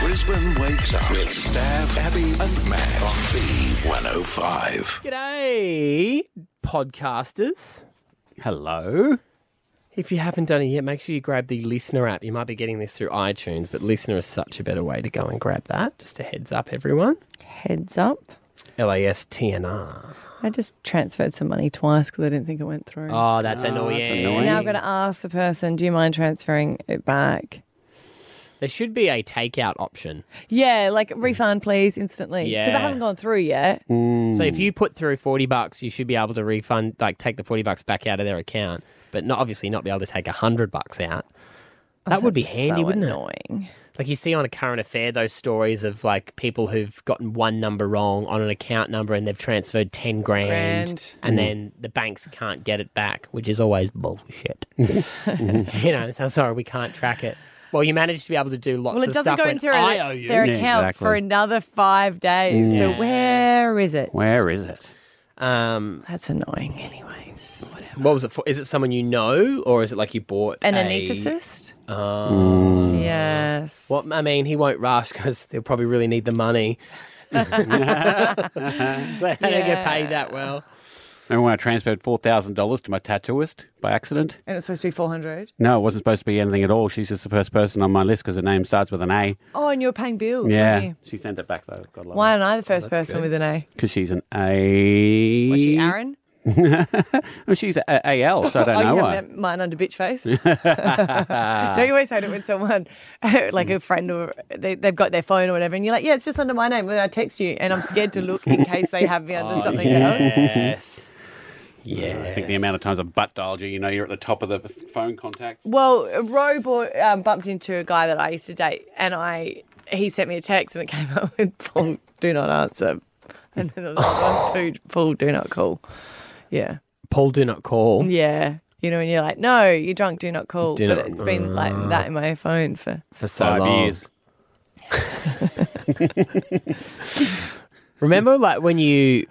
Brisbane wakes up with Stav, Abby, and Matt on B105. G'day, podcasters. Hello. If you haven't done it yet, make sure you grab the listener app. You might be getting this through iTunes, but listener is such a better way to go and grab that. Just a heads up, everyone. Heads up. L A S T N R. I just transferred some money twice because I didn't think it went through. Oh, that's annoying. and now I've got to ask the person, do you mind transferring it back? There should be a takeout option. Yeah, like refund, please, instantly. Because Yeah. I haven't gone through yet. So if you put through 40 bucks, you should be able to refund, like take the 40 bucks back out of their account, but not obviously not be able to take 100 bucks out. That would be handy, Oh, so wouldn't it? annoying. Like you see on a current affair, those stories of like people who've gotten one number wrong on an account number and they've transferred 10 grand, Grand. and then the banks can't get it back, which is always bullshit. you know, so sorry, we can't track it. Well, you managed to be able to do lots Well, it of doesn't stuff go when in through I owe you. their Yeah, account exactly. for another five days. So where is it? Where is it? Um, That's annoying, anyways. Whatever. what was it for? Is it someone you know or is it like you bought An a- Oh. anaesthetist? Mm. Yes. Well, I mean, he won't rush because they'll probably really need the money. but they don't get paid that well. Remember when I transferred four thousand dollars to my tattooist by accident? And it's supposed to be 400. No, it wasn't supposed to be anything at all. She's just the first person on my list because her name starts with an A. Oh, and you're paying bills. Yeah, weren't you? she sent it back though. God love Why am I the first Oh, that's person good. with an A? Because she's an A. Was she Aaron? Oh, she's a- a- AL, so I don't oh, know you why. have that mine under bitch face. Don't you always hate it when someone, like a friend or they, they've got their phone or whatever, and you're like, yeah, it's just under my name. When I text you, and I'm scared to look in case they have me under Oh. something else. Yes. Yeah. Oh, I think the amount of times I butt dialed you, you know, you're at the top of the f- phone contacts. Well, Ro bought, um, bumped into a guy that I used to date, and I he sent me a text, and it came up with Paul, do not answer, and then there was another one, Paul, do not call. Yeah, Paul, do not call. yeah. You know, and you're like, no, you're drunk, do not call. Oh. Do but not- it's been like that in my phone for for so Five long. years. Remember, like when you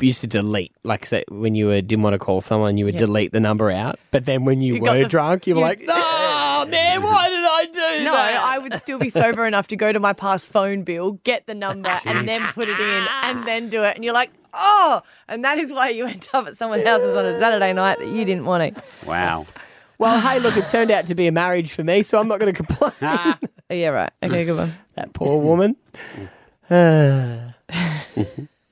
used to delete, like say, when you were, didn't want to call someone, you would delete the number out. But then when you, You got were the- drunk, you were you- like, "Oh man, why did I do No, that?" I would still be sober enough to go to my past phone bill, get the number, and then put it in, Ah. and then do it. And you're like, oh, and that is why you end up at someone else's on a Saturday night that you didn't want Wow. well, hey, look, it turned out to be a marriage for me, so I'm not going to complain. to. Oh, Yeah, right. Okay, good one. that poor woman. no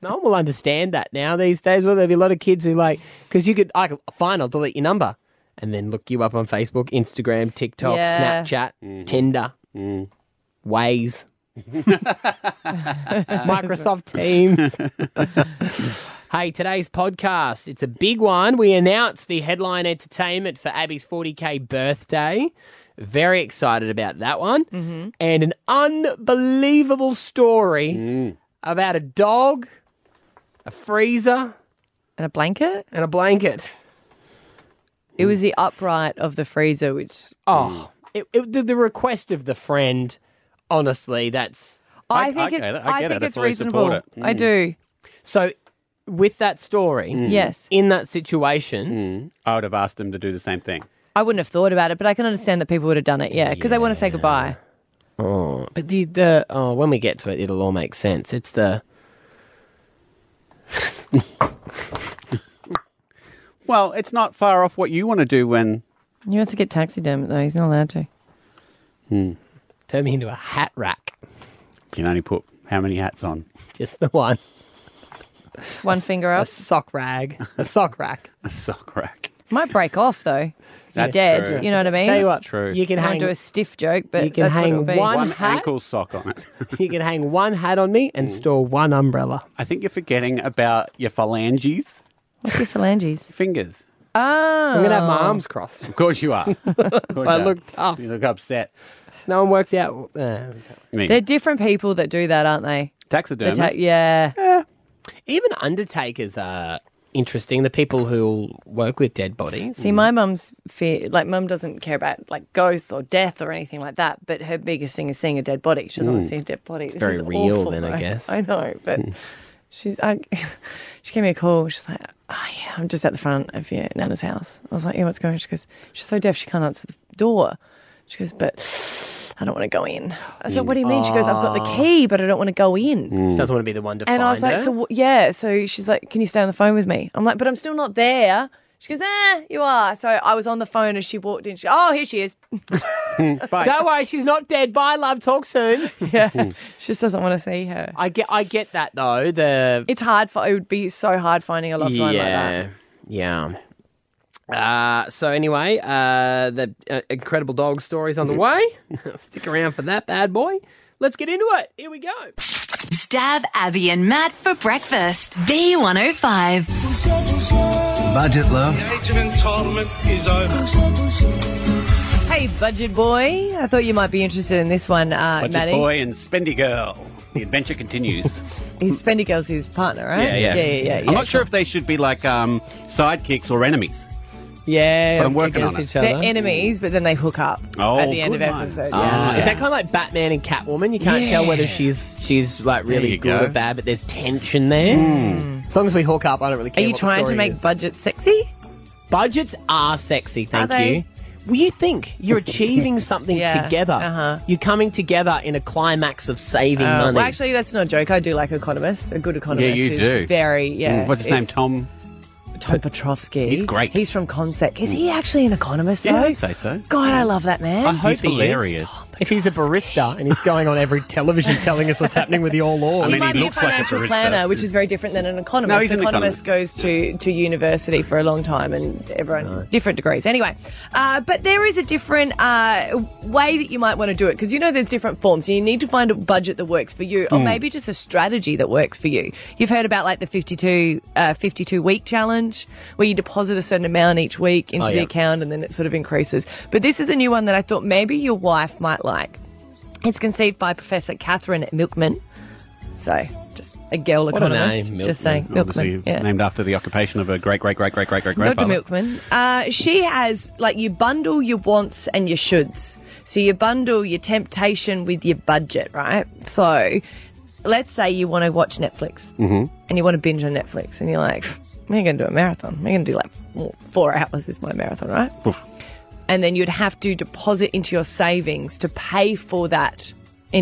one will understand that now these days. Will there be a lot of kids who like because you could I could, fine, I'll delete your number and then look you up on Facebook, Instagram, TikTok, Yeah. Snapchat, Tinder, Waze, Microsoft Teams. Hey, today's podcast, it's a big one. We announced the headline entertainment for Abby's 40K birthday. Very excited about that one. Mm-hmm. And an unbelievable story Mm. about a dog, a freezer, And a blanket? and a blanket. It was the upright of the freezer, which Oh, mm. it, it, the, the request of the friend, honestly, that's I, I- think, I it, get it. I I get think it. I it's fully support reasonable. I Mm. do. so. With that story, Yes. in that situation, Mm. I would have asked them to do the same thing. I wouldn't have thought about it, but I can understand that people would have done it. Yeah, because they want to say goodbye. oh, but the, the oh, when we get to it, it'll all make sense. It's the Well, it's not far off what you want to do when. He wants to get taxidermist, though. He's not allowed to. Hmm. Turn me into a hat rack. You can only put how many hats on? Just the one. One finger A up. sock rag. A sock rack. A sock rack. Might break off, though. If you're That's dead. true. You know what I mean? Tell you what, true. you can I hang won't do a stiff joke, but you can that's hang what it'll be. one- One hat? ankle Mm. sock on it. you can hang one hat on me and store one umbrella. I think you're forgetting about your phalanges, What's your phalanges? fingers. Oh, I'm gonna have my arms crossed. Of course you Uh, are. Of course you I are. look tough. You look upset. No one worked out. uh, I mean, They're different people that do that, aren't they? The taxidermist. ta- yeah. even undertakers are interesting. The people who work with dead bodies. See, my mum's fear, like, mum doesn't care about like ghosts or death or anything like that. But her biggest thing is seeing a dead body. She doesn't want to see a dead body. It's very real then, I guess. I know, but she's. I, she gave me a call. She's like, oh, yeah, I'm just at the front of your nana's house. I was like, yeah, what's going on? She goes, she's so deaf she can't answer the door. She goes, but I don't want to go in. I said, what do you mean? She goes, I've got the key, but I don't want to go in. Hmm. She doesn't want to be the one to And find I was like, her. so wh- yeah. So she's like, can you stay on the phone with me? I'm like, but I'm still not there. She goes, eh, you are. So I was on the phone as she walked in. She, oh, here she is. Don't worry, she's not dead. Bye, love. Talk soon. Yeah. Hmm. she just doesn't want to see her. I get, I get that though. Oh, Um, The It's hard for, it would be so hard finding a loved one like that. yeah. Uh, so anyway, uh, the uh, incredible dog stories on the way. Stick around for that bad boy. Let's get into it. Here we go. Stab Abby and Matt for breakfast. B105. Budget love. Age of entitlement is over. Hey, budget boy. I thought you might be interested in this one, uh, Budget Maddie. boy and spendy girl. The adventure continues. He's Spendy Girl's his partner, right? yeah, yeah, Yeah, yeah, yeah. yeah. I'm not sure if they should be like um, sidekicks or enemies. Yeah, But I'm working against on it. each They're other. enemies, but then they hook up Oh, at the end of good one. episode. Ah, Yeah. yeah. Is that kind of like Batman and Catwoman? You can't tell whether she's she's like really you good go. Hmm. or bad, but there's tension there. Hmm. As long as we hook up, I don't really Are care. you what the trying to story make is. budget sexy? budgets are sexy? Thank Are they? you. Well, you think you're achieving something Yeah, together. uh-huh. You're coming together in a climax of saving Uh, money. well, actually, that's not a joke. I do like economists. A good economist. you is do. Very, yeah. Mm, What's his name? is Tom. Tom Petrovsky. He's great. Mm. He's from Consec. Is he actually an economist? Yeah, though? I'd say so. God, I love that man. I hope He's he is. hilarious. If he's a barista and he's going on every television telling us what's happening with the All Laws, I mean, he might be a looks like a financial barista. planner, which is very different than an economist. No, he's an economist, economist. goes to, to university for a long time, and everyone different degrees. Anyway, uh, but there is a different uh, way that you might want to do it because you know there's different forms. You need to find a budget that works for you, or Hmm. maybe just a strategy that works for you. You've heard about like the 52, uh, 52 week challenge, where you deposit a certain amount each week into Oh, the yeah. account, and then it sort of increases. But this is a new one that I thought maybe your wife might like. It's conceived by Professor Catherine Milkman. So, just a girl a economist. name, just saying, Obviously, Milkman. Yeah. named after the occupation of a great, great, great, great, great, great Dr. grandfather. Milkman. Uh, she has, like, you bundle your wants and your shoulds. So, you bundle your temptation with your budget, right? So, let's say you want to watch Netflix and you want to binge on Netflix, and you're like, I'm going to do a marathon. I'm going to do like four- four hours is my marathon, right? and then you'd have to deposit into your savings to pay for that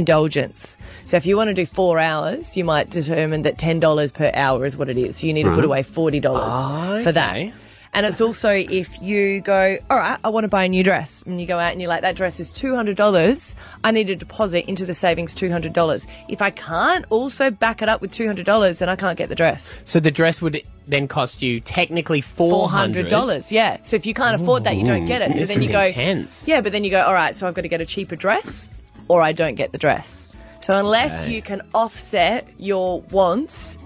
indulgence. So if you want to do four hours, you might determine that ten dollars per hour is what it is. So you need to put away forty dollars for that. And it's also if you go, all right, I want to buy a new dress, and you go out and you're like, that dress is two hundred dollars. I need to deposit into the savings two hundred dollars. If I can't also back it up with two hundred dollars, then I can't get the dress. so the dress would then cost you technically four Four hundred dollars, yeah. So if you can't afford that, you don't get it. So This then is you go, intense. yeah, but then you go, all right, so I've got to get a cheaper dress or I don't get the dress. So unless you can offset your wants,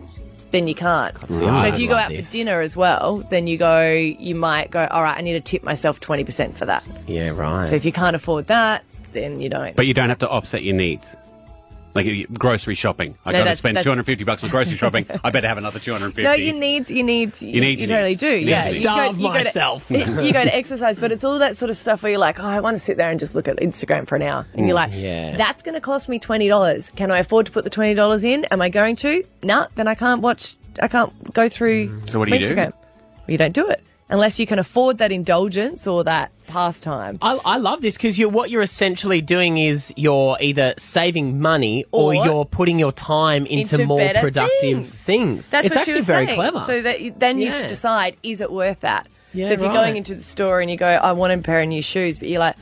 then you can't. So Right. if you go Love out this. for dinner as well, then you go, you might go, all right, I need to tip myself 20% for that. Yeah, right. So if you can't afford that, then you don't. But you don't have to offset your needs. Like uh, grocery shopping. I No, got to that's- spend that's- 250 bucks on grocery shopping. I better have another 250. no, you need, you need, you, need you to totally eat. do. You need yeah, to eat. Starve go to- myself. you go to exercise, but it's all that sort of stuff where you're like, oh, I want to sit there and just look at Instagram for an hour. And you're like, Mm, yeah. that's going to cost me $20. Can I afford to put the $20 in? Am I going to? Nah, then I can't watch, I can't go through Mm. So what do you do? Instagram. Well, you don't do it unless you can afford that indulgence or that pastime. I, Oh, I love this because you're, what you're essentially doing is you're either saving money or, Or you're putting your time into, into more better productive things. things. That's it's what actually she was very saying. clever. So that you, then you Yeah. decide, is it worth that? Yeah, so if you're right. going into the store and you go, I want a pair of new shoes, but you're like,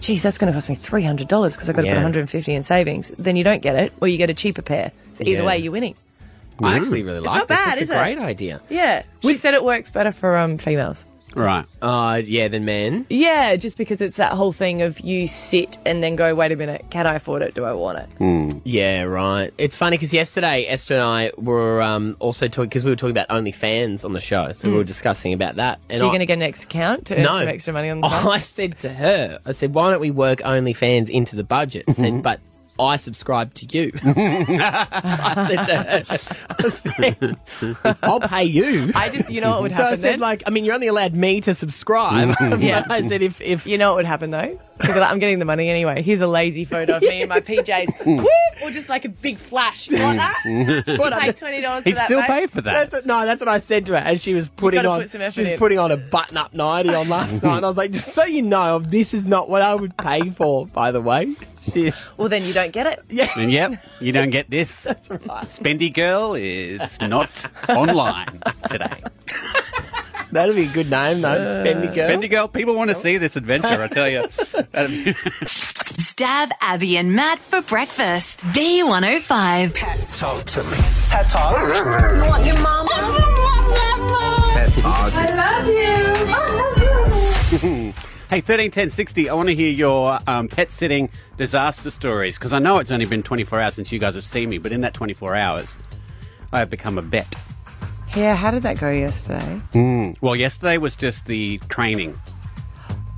geez, that's going to cost me three hundred dollars because I've got to Yeah. put one hundred and fifty in savings. Then you don't get it, or you get a cheaper pair. So either Yeah. way, you're winning. I actually really like not this. bad, it's is a it? great idea. Yeah, she said it works better for um, females. Right. Uh, yeah, then men. Yeah, just because it's that whole thing of you sit and then go, wait a minute, can I afford it? Do I want it? Hmm. Yeah, right. It's funny because yesterday Esther and I were um, also talking because we were talking about OnlyFans on the show, so we were discussing about that. And Hmm. So you're I- going to get an ex account to earn some extra money on the side? Oh, I said to her, I said, why don't we work OnlyFans into the budget? I said, but I subscribe to you. I said to her, I will pay you. I just, you know what would so happen I said, then? like, I mean, you're only allowed me to subscribe. Yeah. I said, if, if Hmm. You know what would happen though? She'd be like, I'm getting the money anyway. Here's a lazy photo of me in my PJs. Whoop! Or just like a big flash. "Ah, You want that? What You up? pay twenty dollars for He'd that. still mate. pay for that. That's what- no, that's what I said to her as she was putting gotta on. put some effort she was in. putting on a button-up ninety on last night, and I was like, just so you know, this is not what I would pay for. By the way, she, Well, then you don't get it. And yep, you don't get this. Spendy Girl is not online today. that'd be a good name though, Uh, Spendy Girl. Spendy Girl, people want to see this adventure, I tell you. It's Dav, Abby, and Matt for breakfast. B105. Talk to me. Hat talk. You want your mom? I Hat talk. love you. I love you. Hey, 13, 10, 60, I want to hear your um, pet sitting disaster stories because I know it's only been 24 hours since you guys have seen me, but in that 24 hours, I have become a vet. Yeah, how did that go yesterday? Hmm. Well, yesterday was just the training.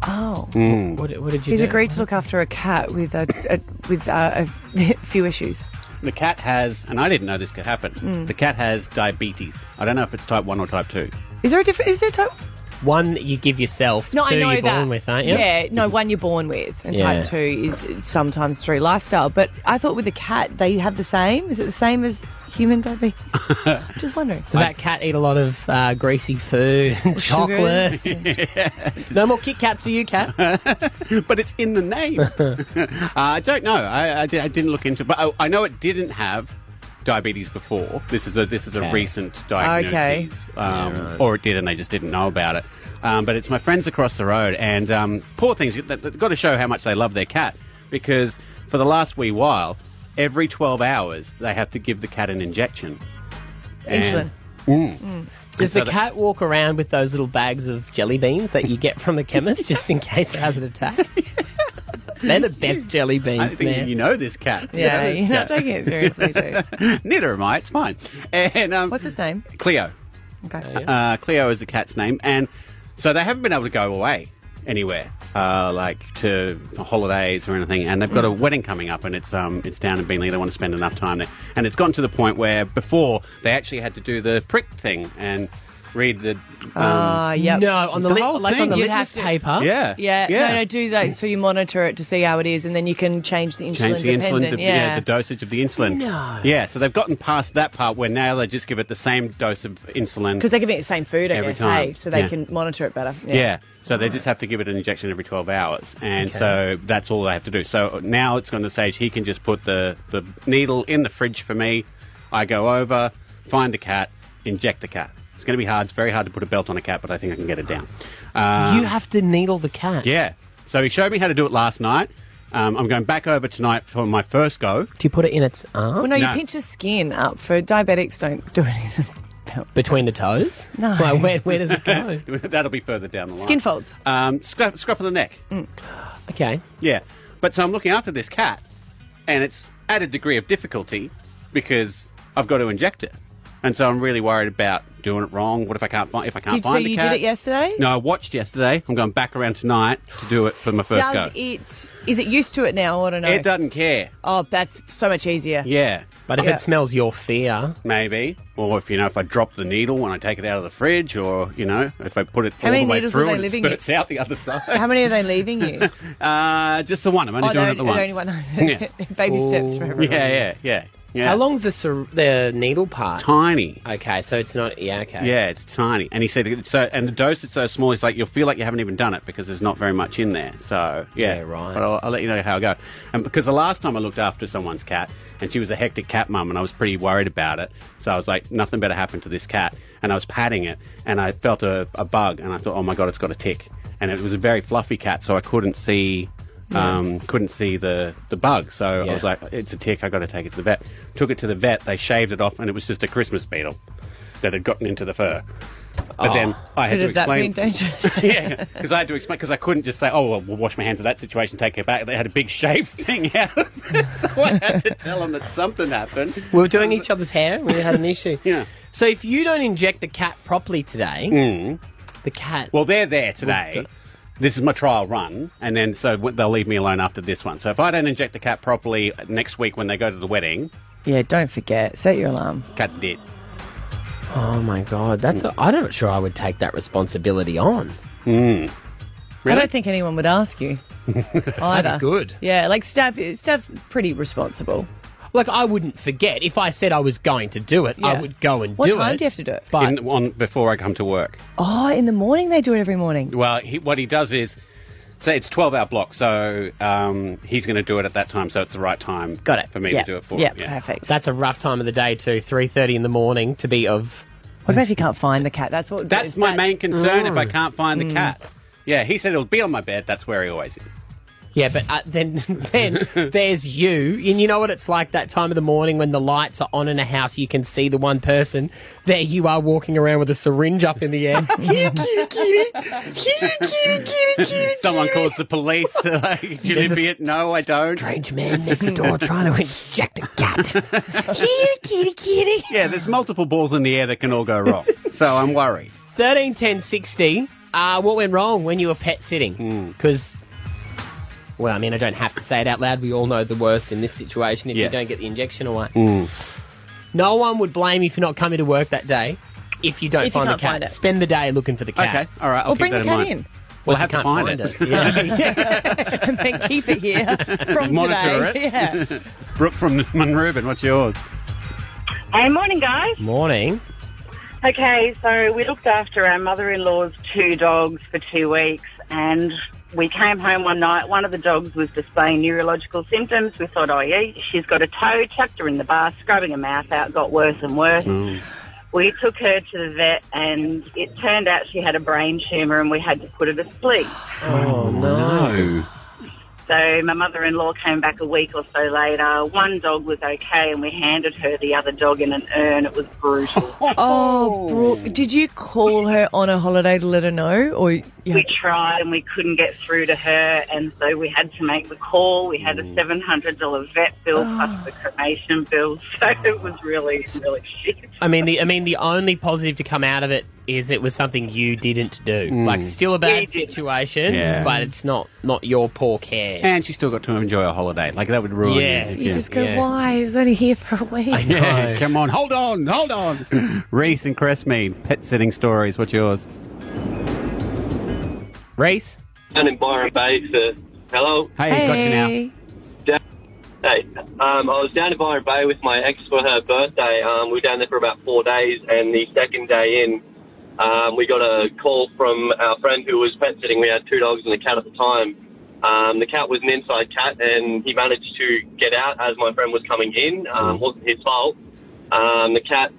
Oh, What, what did you he's do? agreed to look after a cat with a, a with uh, a few issues. The cat has, and I didn't know this could happen, Hmm. the cat has diabetes. I don't know if it's type 1 or type 2. Is there a different? Is there a type? One that you give yourself. No, two I know you're that. born with, aren't you? Yeah, no, one you're born with, and Yeah. type two is sometimes through lifestyle. But I thought with a cat, they have the same. Is it the same as human diabetes? Just wondering. Does that cat eat a lot of uh, greasy food, and chocolate? Sugars. No more Kit Kats for you, cat. But it's in the name. uh, I don't know. I, I, di- I didn't look into it. But I, I know it didn't have diabetes before. This is a this is a recent diagnosis. Um, Or it did and they just didn't know about it. Um, but it's my friends across the road. And um, poor things, they- they've got to show how much they love their cat. Because for the last wee while, every 12 hours, they have to give the cat an injection. And- Insulin. Hmm. Does So the that- cat walk around with those little bags of jelly beans that you get from the chemist just in case it has an attack? They're the best jelly I beans, think you- man. you know this cat. You know Yeah, this you're cat. not taking it seriously, too. Neither am I. It's fine. And um, What's his name? Cleo. Okay. Uh, Cleo is the cat's name, and so they haven't been able to go away anywhere, uh, like to for holidays or anything. And they've got Mm. a wedding coming up, and it's um it's down in Beenley. They want to spend enough time there, and it's gotten to the point where before they actually had to do the prick thing and read the. Um, Uh, yep. No, on the, The li- whole like on the thing, you'd litmus have to- paper. yeah, Yeah, no, no, do that so you monitor it to see how it is, and then you can change the insulin. change the insulin, dependent. to, yeah. yeah. the dosage of the insulin. No. Yeah, so they've gotten past that part where now they just give it the same dose of insulin Because they're giving it the same food, I Every guess, time. hey, so they Yeah. can monitor it better. Yeah. So they just have to give it an injection every 12 hours. And Okay. so that's all they have to do. So now it's gone to the stage he can just put the, the needle in the fridge for me. I go over, find the cat, inject the cat. It's going to be hard. It's very hard to put a belt on a cat, but I think I can get it down. Um, You have to needle the cat. yeah. So he showed me how to do it last night. Um, I'm going back over tonight for my first go. Do you put it in its arm? Well, no, you No. pinch the skin up for diabetics. Don't do it. Between the toes? No. So where, where does it go? That'll be further down the line. Skin folds. Mm. Um, scruff, scruff of the neck. okay. Yeah. But so I'm looking after this cat, and it's at a degree of difficulty because I've got to inject it. And so I'm really worried about doing it wrong. What if I can't find if I can't Did- so find the you cat? did it yesterday? No, I watched yesterday. I'm going back around tonight to do it for my first Does go. it? Is it used to it now? I don't know. It doesn't care. Oh, that's so much easier. Yeah. But if Yeah. it smells your fear, Maybe. Or if you know, if I drop the needle when I take it out of the fridge or, you know, if I put it all many the way needles through are they and it leaving you? spurts out the other side. How many are they leaving you? Uh just the one. I'm only oh, doing no, it the the once. only one. yeah. Baby steps for everyone. yeah, yeah, yeah. Yeah. how long's the, ser- the needle part? Tiny. Okay, so it's not. Yeah, okay. Yeah, it's tiny. And he said, it's so, and the dose is so small, it's like you'll feel like you haven't even done it because there's not very much in there. So, yeah. Yeah, right. But I'll, I'll let you know how I go. And because the last time I looked after someone's cat, and she was a hectic cat mum, and I was pretty worried about it. So I was like, nothing better happened to this cat. And I was patting it, and I felt a, a bug, and I thought, oh my God, it's got a tick. And it was a very fluffy cat, so I couldn't see. Um, couldn't see the, the bug, so I Yeah. was like, "It's a tick. I got to take it to the vet." Took it to the vet. They shaved it off, and it was just a Christmas beetle that had gotten into the fur. But then I had Could to have Oh, that been explain. dangerous? yeah, because I had to explain because I couldn't just say, "Oh, well, we'll wash my hands of that situation, take it back." They had a big shaved thing out, of it, so I had to tell them that something happened. We were doing each other's hair. We had an issue. Yeah. Mm. So if you don't inject the cat properly today, the cat. Well, they're there today. This is my trial run, and then so w- they'll leave me alone after this one. So if I don't inject the cat properly next week when they go to the wedding, yeah, don't forget. Set your alarm. cat's dead. oh my god, that's. A, I'm not sure I would take that responsibility on. Mm. I don't think anyone would ask you. either. good. Yeah, like staff. Staff's pretty responsible. Like, I wouldn't forget. If I said I was going to do it, I Yeah. would go and What do it. time do you have to do it? But in, on before I come to work. Oh, in the morning they do it every morning. Well, he, what he does is, say it's twelve hour block, so um, he's going to do it at that time, so it's the right time. Got it. for me yeah. to do it for yeah, him. Yeah, perfect. that's a rough time of the day, too. 3.30 in the morning to be of... what about if you can't find the cat? That's what. That's it's my that- Mm. main concern. If I Mm. can't find the cat, yeah, he said it'll be on my bed. That's where he always is. Yeah, but uh, then then there's you, and you know what it's like that time of the morning when the lights are on in a house. You can see the one person. There you are walking around with a syringe up in the air. kitty, kitty, kitty, kitty, kitty, kitty, kitty. Someone kitty. calls the police. like, you There's a idiot. No, I don't. strange man next door trying to inject a cat. kitty, kitty, kitty. Yeah, there's multiple balls in the air that can all go wrong. so I'm worried. Thirteen, ten, sixty. Uh, what went wrong when you were pet Hmm. sitting? Because. Well, I mean, I don't have to say it out loud. We all know the worst in this situation if Yes. you don't get the injection away. Mm. No one would blame you for not coming to work that day if you don't If you find the can't cat. find it. Spend the day looking for the cat. Okay, all right. I'll Or keep bring that the in cat mind. in We'll If have you to can't find, it. Yeah. and then keep it here from Monitor today. it. Yeah. Brooke from Munrubin, what's yours? Hey, morning, guys. Morning. Okay, so we looked after our mother in law's two dogs for two weeks, and we came home one night. One of the dogs was displaying neurological symptoms. We thought, oh, yeah, she's got a toe, chucked her in the bath, scrubbing her mouth out, got worse and worse. Mm. We took her to the vet, and it turned out she had a brain tumour, and we had to put her to sleep. Oh, no. So my mother-in-law came back a week or so later. One dog was okay, and we handed her the other dog in an urn. It was brutal. Oh, Brooke, did you call her on a holiday to let her know, or you we had to- tried and we couldn't get through to her, and so we had to make the call. We had a seven hundred dollar vet bill plus the cremation bill, so it was really, really shit. I mean, the I mean, the only positive to come out of it is it was something you didn't do. Like, still a You bad didn't. situation, Mm. Yeah. but it's not not your poor care. And she still got to enjoy a holiday. Like, that would ruin Yeah. it. you just go, yeah. why? It's only here for a week. Yeah, come on, hold on, hold on. Reese and Cressmead, pet sitting stories. What's yours? Reese. down in Byron Bay for hello. Hey, got you now. Hey, Hey, um, I was down in Byron Bay with my ex for her birthday. Um, we were down there for about four days, and the second day in, um, we got a call from our friend who was pet sitting. We had two dogs and a cat at the time. Um, the cat was an inside cat, and he managed to get out as my friend was coming in. Um, wasn't his fault. Um, the cat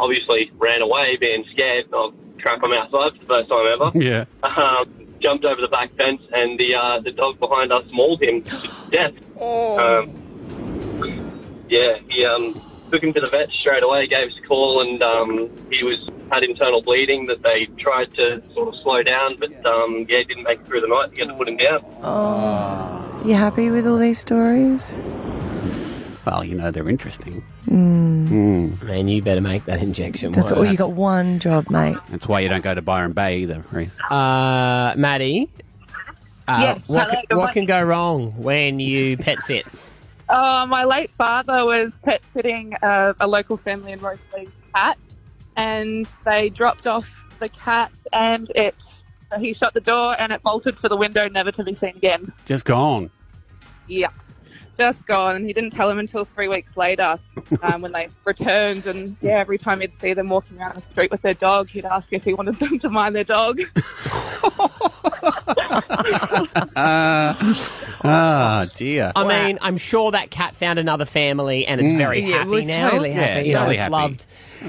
obviously ran away, being scared of crap. I'm outside for the first time ever. Yeah. um, jumped over the back fence, and the uh, the dog behind us mauled him to death. Oh. Um, yeah, he um, took him to the vet straight away, gave us a call, and um, he was had internal bleeding that they tried to sort of slow down, but um, yeah, didn't make it through the night. He had to put him down. Oh, you happy with all these stories? Well, you know, they're interesting. Hmm. Man, you better make that injection. Hmm. That's work. all. You got one job, mate. That's why you don't go to Byron Bay either, Reese. Uh, Maddie. Uh, Yes, what, hello, ca- what good morning. can go wrong when you pet sit? Uh, my late father was pet sitting uh, a local family in Rosalie's cat, and they dropped off the cat, and it he shut the door and it bolted for the window, never to be seen again. Just gone. Yeah, just gone. And he didn't tell him until three weeks later um, when they returned. And yeah, every time he'd see them walking around the street with their dog, he'd ask if he wanted them to mind their dog. Ah, dear. Hmm. I mean, I'm sure that cat found another family and Oh, it's very Yeah, it happy was now. totally Mm. Yeah, happy. You know, totally it's happy.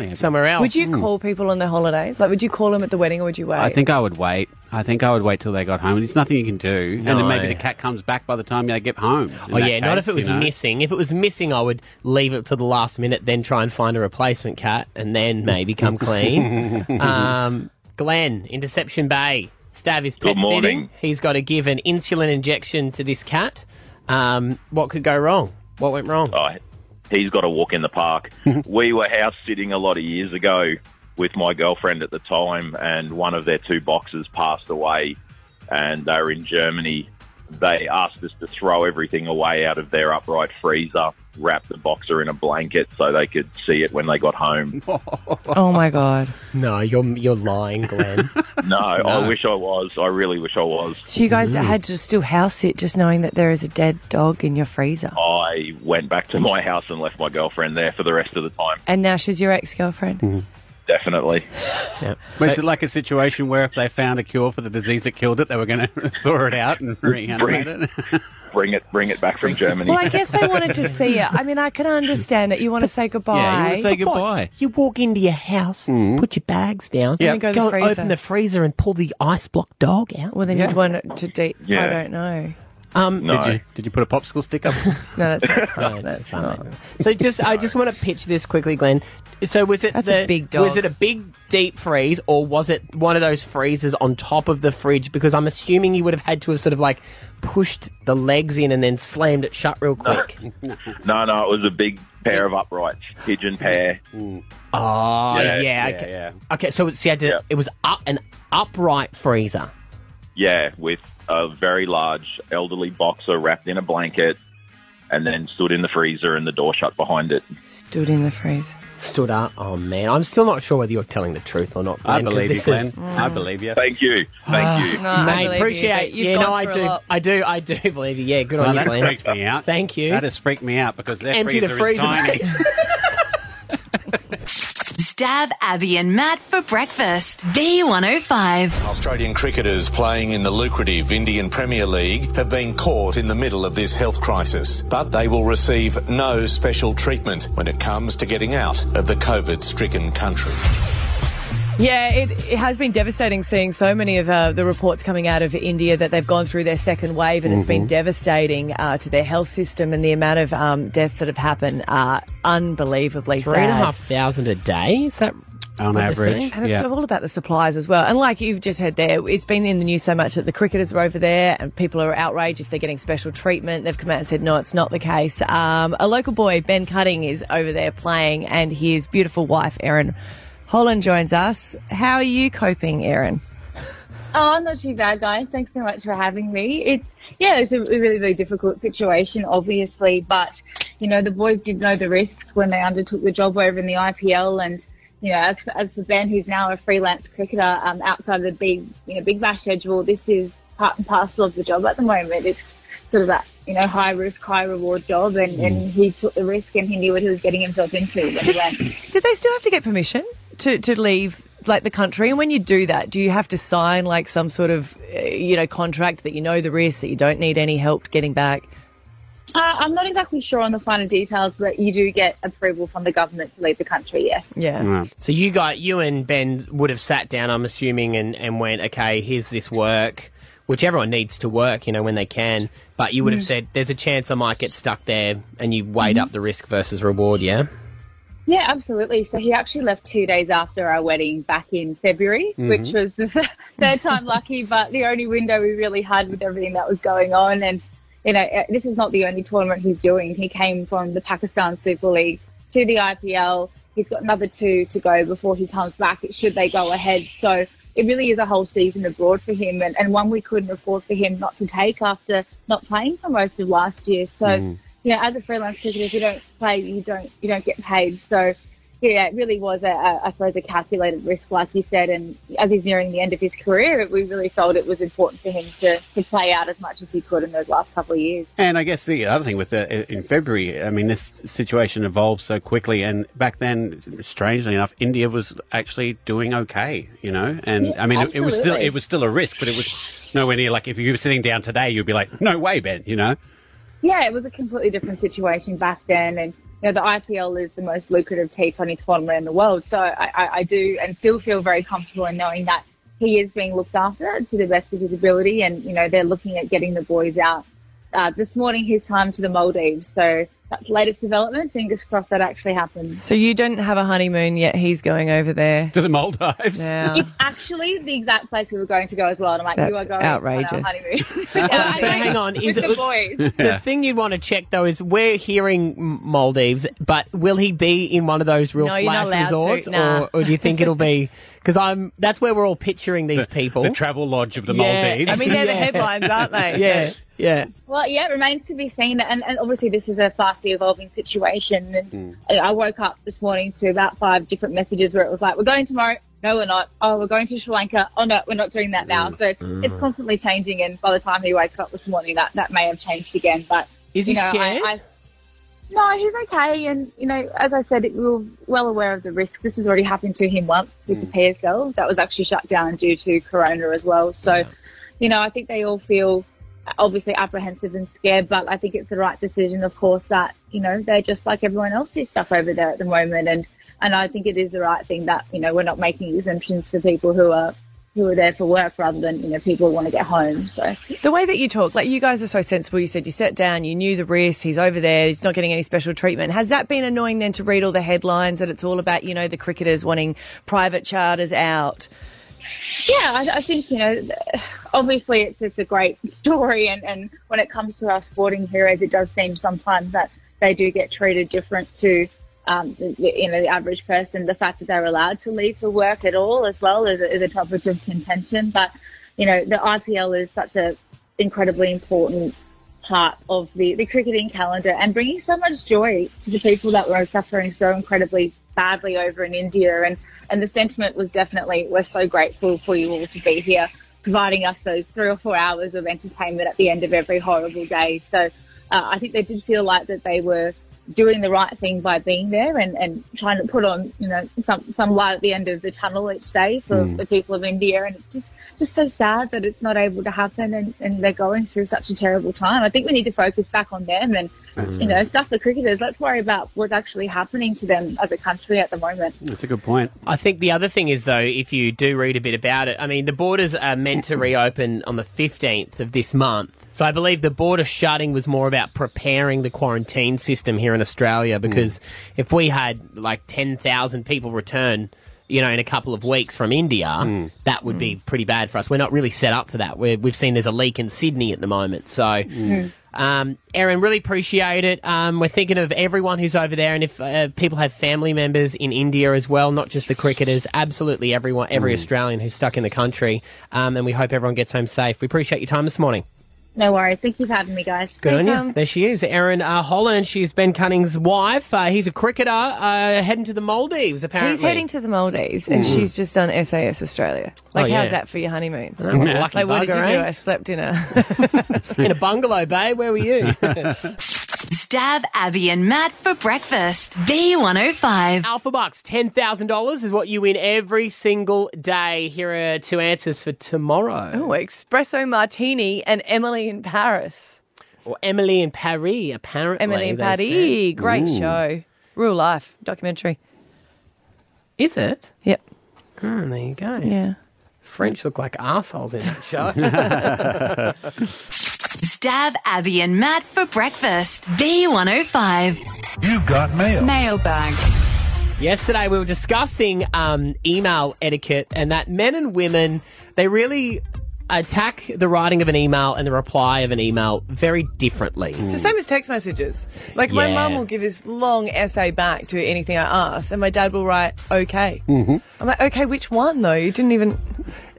loved somewhere else. Would you call people on their holidays? Like, would you call them at the wedding, or would you wait? Hmm. I think I would wait. I think I would wait till they got home. There's nothing you can do. And then No. maybe the cat comes back by the time they get home. In Oh that yeah, not case, if it was you know. missing. If it was missing, I would leave it to the last minute, then try and find a replacement cat, and then maybe come clean. um, Glenn in Deception Bay, Stav is pet Good morning. sitting. He's got to give an insulin injection to this cat. Um, what could go wrong? What went wrong? Oh, he's got to walk in the park. we were house sitting a lot of years ago with my girlfriend at the time, and one of their two boxes passed away, and they were in Germany. They asked us to throw everything away out of their upright freezer, wrap the boxer in a blanket so they could see it when they got home. Oh my god! No, you're you're lying, Glenn. No, I wish I was. I really wish I was. So you guys had to still house it, just knowing that there is a dead dog in your freezer. I I went back to my house and left my girlfriend there for the rest of the time. And now she's your ex girlfriend. Definitely. But is it like a situation where if they found a cure for the disease that killed it, they were going to thaw it out and reanimate it? Bring it, bring it back from Germany. Well, I guess they wanted to see it. I mean, I can understand it. You want to say goodbye. You walk into your house, put your bags down, Yeah. And then go to the freezer. open the freezer and pull the ice block dog out. Well, then Yeah. you'd want it to date. I Yeah. don't know. Um, Did you did you put a popsicle stick up? no, that's not. No, it's fine. So just, I just want to pitch this quickly, Glenn. So was it That's a the, big Was dog. it a big deep freeze, or was it one of those freezers on top of the fridge? Because I'm assuming you would have had to have sort of like pushed the legs in and then slammed it shut real quick. No, no, it was a big pair of uprights, Mm. pigeon pair. Oh yeah, Yeah, yeah, okay. yeah. Okay, so it's, you had to, it was up an upright freezer. Yeah, with a very large elderly boxer wrapped in a blanket and then stood in the freezer and the door shut behind it. Stood in the freezer. Stood up. Oh man, I'm still not sure whether you're telling the truth or not. I Glenn, 'cause believe you, this Glenn. is- I believe you. Thank you. Ah, Thank you. Mate, appreciate. yeah, no, I do. I do. I do believe you. Yeah, good Well, on you, that Glenn. freaked me out. Thank you. That has freaked me out because their Empty the freezer, freezer. is tiny. Stab Abby and Matt for breakfast. B105. Australian cricketers playing in the lucrative Indian Premier League have been caught in the middle of this health crisis, but they will receive no special treatment when it comes to getting out of the COVID stricken country. Yeah, it, it has been devastating seeing so many of uh, the reports coming out of India that they've gone through their second wave, and it's been Mhm. devastating uh, to their health system. And the amount of um, deaths that have happened are unbelievably Three and a sad. half thousand a day. Is that on what they're saying? And it's all about the supplies as well. And like you've just heard there, it's been in the news so much that the cricketers are over there and people are outraged if they're getting special treatment. They've come out and said, no, it's not the case. Um, a local boy, Ben Cutting, is over there playing and his beautiful wife, Erin Holland, joins us. How are you coping, Erin? Oh, not too bad, guys. Thanks so much for having me. It's yeah, it's a really, really difficult situation, obviously, but you know the boys did know the risk when they undertook the job over in the IPL, and you know as for, as for Ben, who's now a freelance cricketer um, outside of the big you know big bash schedule, this is part and parcel of the job at the moment. It's sort of that you know high risk, high reward job, and, and he took the risk and he knew what he was getting himself into when he went. Did they still have to get permission to, to leave? Like the country, and when you do that, do you have to sign like some sort of, uh, you know, contract that you know the risk that you don't need any help getting back? Uh, I'm not exactly sure on the finer details, but you do get approval from the government to leave the country. Yes. So you got you and Ben would have sat down, I'm assuming, and, and went, okay, here's this work, which everyone needs to work, you know, when they can. But you would have Mm. said, there's a chance I might get stuck there, and you weighed Mm-hmm. up the risk versus reward. Yeah. Yeah, absolutely. So he actually left two days after our wedding back in February, Mhm. which was the third time lucky, but the only window we really had with everything that was going on. And, you know, eh, this is not the only tournament he's doing. He came from the Pakistan Super League to the IPL. He's got another two to go before he comes back, should they go ahead. So it really is a whole season abroad for him and, and one we couldn't afford for him not to take after not playing for most of last year. So Mm. you know, as a freelance cricketer, if you don't play, you don't you don't get paid. So, yeah, it really was a, a I suppose a calculated risk, like you said. And as he's nearing the end of his career, we really felt it was important for him to to play out as much as he could in those last couple of years. And I guess the other thing with the, in February, I mean, this situation evolved so quickly. And back then, strangely enough, India was actually doing okay, you know. And Yeah, I mean, it, it was still absolutely. it was still a risk, but it was nowhere near like if you were sitting down today, you'd be like, no way, Ben, you know. Yeah, it was a completely different situation back then, and you know the IPL is the most lucrative T20 tournament in the world. So I, I, I do and still feel very comfortable in knowing that he is being looked after to the best of his ability, and you know they're looking at getting the boys out. Uh, this morning, his time to the Maldives. So that's the latest development. Fingers crossed that actually happens. So you don't have a honeymoon yet. He's going over there to the Maldives. Yeah. It's actually the exact place we were going to go as well. And I'm like, you That's are going on outrageous. our honeymoon. But hang on, is With it the boys. the Yeah. thing you'd want to check though is we're hearing M- Maldives, but will he be in one of those real No, you're not flash allowed to, resorts, nah. or, or do you think it'll be? Because I'm that's where we're all picturing these people. The travel lodge of the Yeah. Maldives. I mean, they're the headlines, aren't they? Yeah. Yeah. Well, yeah, it remains to be seen. And, and obviously, this is a fastly evolving situation. And Hmm. Mm. I I woke up this morning to about five different messages where it was like, we're going tomorrow. No, we're not. Oh, we're going to Sri Lanka. Oh, no, we're not doing that now. So Mm. it's constantly changing. And by the time he woke up this morning, that, that may have changed again. But Is you he know, I- scared? I, No, he's okay. And, you know, as I said, we were well aware of the risk. This has already happened to him once with the PSL. That was actually shut down due to corona as well. So, you know, I think they all feel obviously apprehensive and scared, but I think it's the right decision, of course, that, you know, they're just like everyone else who's stuck over there at the moment. And, and I think it is the right thing that, you know, we're not making exemptions for people who are, who are there for work rather than, you know, people who want to get home. So, The way that you talk, like you guys are so sensible. You said you sat down, you knew the risk. He's over there. He's not getting any special treatment. Has that been annoying then to read all the headlines that it's all about, you know, the cricketers wanting private charters out? Yeah, I, I think you know. th- Obviously, it's it's a great story, and and when it comes to our sporting heroes, it does seem sometimes that they do get treated different to. Um, the, the- you know, the average person, the fact that they're allowed to leave for work at all as well is a, is a topic of contention. But, you know, the IPL is such a incredibly important part of the, the cricketing calendar and bringing so much joy to the people that were suffering so incredibly badly over in India. And, and the sentiment was definitely, we're so grateful for you all to be here, providing us those three or four hours of entertainment at the end of every horrible day. So uh, I think they did feel like that they were doing the right thing by being there and, and trying to put on, you know, some, some light at the end of the tunnel each day for Hmm. Mm. the people of India. And it's just, just so sad that it's not able to happen and, and they're going through such a terrible time. I think we need to focus back on them and, That's you know, right. stuff the cricketers. Let's worry about what's actually happening to them as a country at the moment. That's a good point. I think the other thing is, though, if you do read a bit about it, I mean, the borders are meant to reopen on the 15th of this month. So I believe the border shutting was more about preparing the quarantine system here in Australia because Hmm. if we had like 10,000 people return, you know, in a couple of weeks from India, Hmm. that would be pretty bad for us. We're not really set up for that. We're, we've seen there's a leak in Sydney at the moment. So. Hmm. Mm. Um, Aaron, really appreciate it. Um, we're thinking of everyone who's over there, and if uh, people have family members in India as well, not just the cricketers, absolutely everyone, Mm. every Australian who's stuck in the country. Um, and we hope everyone gets home safe. We appreciate your time this morning. No worries. Thank you for having me, guys. Good on you. There she is, Erin uh, Holland. She's Ben Cunning's wife. Uh, he's a cricketer uh, heading to the Maldives, apparently. He's heading to the Maldives, and Mm. she's just done SAS Australia. Oh, Like, yeah. how's that for your honeymoon? I know, what a like, lucky what did you bugger, do? eh? I slept in a in a bungalow, babe. Where were you? Stab Abby and Matt for breakfast. B105. Alpha Bucks, $10,000 is what you win every single day. Here are two answers for tomorrow. oh, espresso martini and Emily in Paris. Or Emily in Paris, apparently. Emily in they Paris. said. Great Ooh. show. Real life documentary. Is it? Yep. Oh, there you go. Yeah. French look like assholes in that show. Stab Abby and Matt for breakfast. B105. You've got Mailbag. Yesterday, we were discussing um, email etiquette and that men and women, they really attack the writing of an email and the reply of an email very differently. It's the same as text messages. Like, my Yeah. mum will give this long essay back to anything I ask, and my dad will write, okay. Mm-hmm. Mhm. I'm like, okay, which one, though? You didn't even.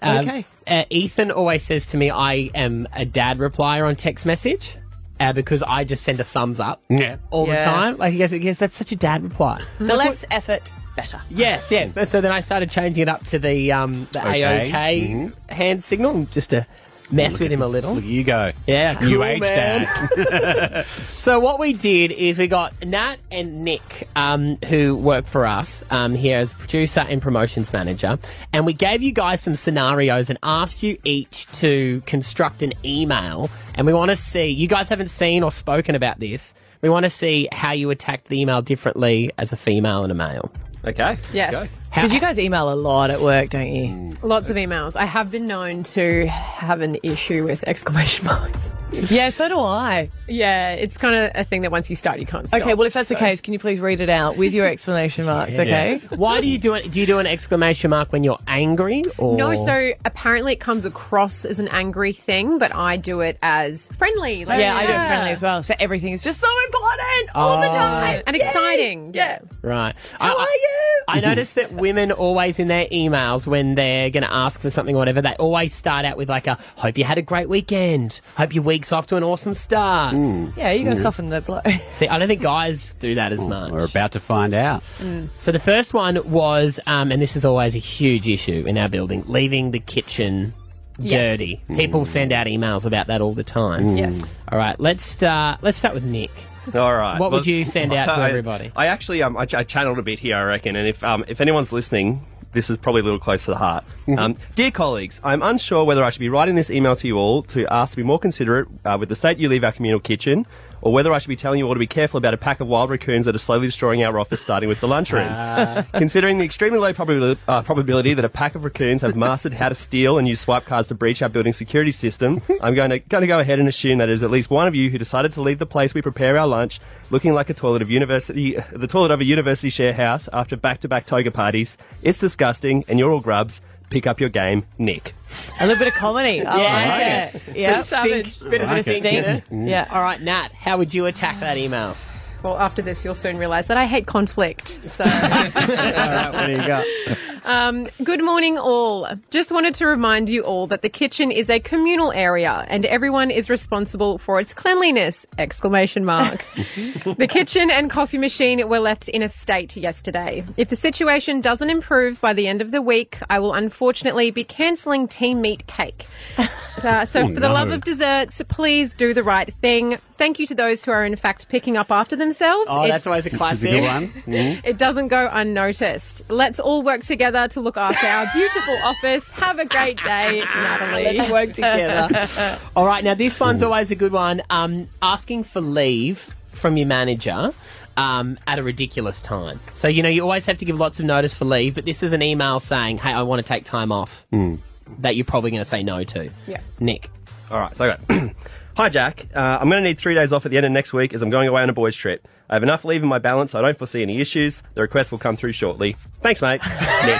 Um, okay. uh, Ethan always says to me, I am a dad replier on text message uh, because I just send a thumbs up Yeah. all the Yeah. time. Like, he goes, yes, that's such a dad reply. The less effort, better. Yes, yeah. But So then I started changing it up to the um, the Okay. Mm-hmm. AOK hand signal and just to mess with him a little. Look, you go. Yeah, you cool, aged man. that. So what we did is we got Nat and Nick, um, who work for us um, here as producer and promotions manager, and we gave you guys some scenarios and asked you each to construct an email, and we want to see you guys haven't seen or spoken about this. We want to see how you attacked the email differently as a female and a male. Okay. Yes. Because you guys email a lot at work, don't you? Lots of emails. I have been known to have an issue with exclamation marks. Yeah, so do I. Yeah, it's kind of a thing that once you start, you can't stop. Okay, well, if that's the so- case, can you please read it out with your explanation marks, okay? Why do you do it? Do you do an exclamation mark when you're angry? Or No, so apparently it comes across as an angry thing, but I do it as friendly. Yeah, I do it friendly as well. So everything is just so important all the Oh. time and Yay! exciting. Yeah. Right. How I, are you? I noticed that women always in their emails when they're going to ask for something or whatever, they always start out with like a "Hope you had a great weekend. Hope your week's off to an awesome start." Yeah, you gotta Mm. soften the blow. See, I don't think guys do that as much. We're about to find out. Mm. So the first one was, um, and this is always a huge issue in our building, leaving the kitchen Yes. dirty. People send out emails about that all the time. Yes. All right, let's start. Let's start with Nick. All right. What would you send out to I- everybody? I, actually, um, I, ch- I channeled a bit here, I reckon, and if um, if anyone's listening, this is probably a little close to the heart. Mm-hmm. Um, dear colleagues, I'm unsure whether I should be writing this email to you all to ask to be more considerate uh, with the state you leave our communal kitchen, or whether I should be telling you all to be careful about a pack of wild raccoons that are slowly destroying our office, starting with the lunchroom. Ah. Considering the extremely low probabil- uh, probability that a pack of raccoons have mastered how to steal and use swipe cards to breach our building security system, I'm going to, going to go ahead and assume that it is at least one of you who decided to leave the place we prepare our lunch looking like a toilet of university, the toilet of a university share house after back-to-back toga parties. It's disgusting, and you're all grubs. Pick up your game, Nick. A little bit of comedy. I Yeah. yeah. like it. Yeah. Stink. Bit of Like it. stink. in it. Mm. Yeah. All right, Nat, how would you attack that email? Well, after this, you'll soon realise that I hate conflict. So. what do you got? Um, good morning, all. Just wanted to remind you all that the kitchen is a communal area and everyone is responsible for its cleanliness! Exclamation mark. the kitchen and coffee machine were left in a state yesterday. If the situation doesn't improve by the end of the week, I will unfortunately be cancelling team meat cake. Uh, so, Oh, for the love no. of desserts, please do the right thing. Thank you to those who are in fact picking up after themselves. Oh, It- that's always a Mm-hmm. classic. it doesn't go unnoticed. Let's all work together to look after our beautiful office. Have a great day, Natalie. Let's work together. All right, now this one's always a good one. Um, asking for leave from your manager um, at a ridiculous time. So you know you always have to give lots of notice for leave, but this is an email saying, "Hey, I want to take time off," Hmm. that you're probably going to say no to. Yeah. Nick. All right, so I got. Hi, Jack. Uh, I'm going to need three days off at the end of next week as I'm going away on a boys' trip. I have enough leave in my balance, so I don't foresee any issues. The request will come through shortly. Thanks, mate. Nick.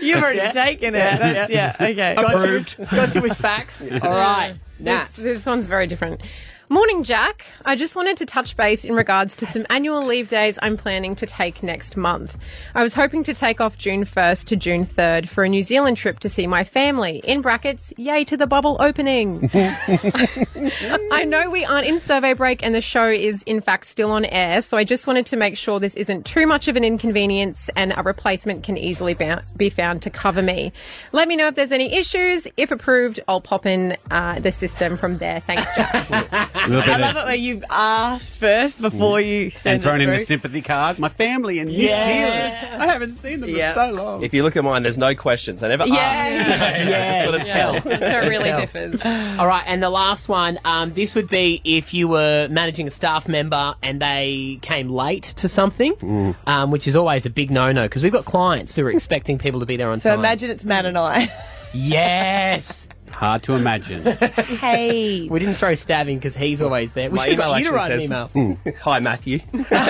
You've already taken it. That's, yeah. Okay. Got you, got you with facts. All right. Nat. This, this one's very different. Morning, Jack. I just wanted to touch base in regards to some annual leave days I'm planning to take next month. I was hoping to take off June 1st to June 3rd for a New Zealand trip to see my family. In brackets, yay to the bubble opening. I know we aren't in survey break and the show is in fact still on air, so I just wanted to make sure this isn't too much of an inconvenience and a replacement can easily bou- be found to cover me. Let me know if there's any issues. If approved, I'll pop in uh, the system from there. Thanks, Jack. I love it where you've asked first before you send Hmm. and thrown it in through. the sympathy card. My family in New Yeah. Zealand. I haven't seen them Yeah. in so long. If you look at mine, there's no questions. I never Yeah. asked. Yeah. I just sort of tell. Tell. differs. All right, and the last one. Um, this would be if you were managing a staff member and they came late to something, um, which is always a big no-no because we've got clients who are expecting people to be there on So time. imagine it's Matt and I. Yes. Hard to imagine. hey. We didn't throw stabbing because he's always there. We My should have email got you to "Hmm, actually write says, an email. "Mm, Hi,